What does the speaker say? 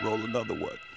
other one.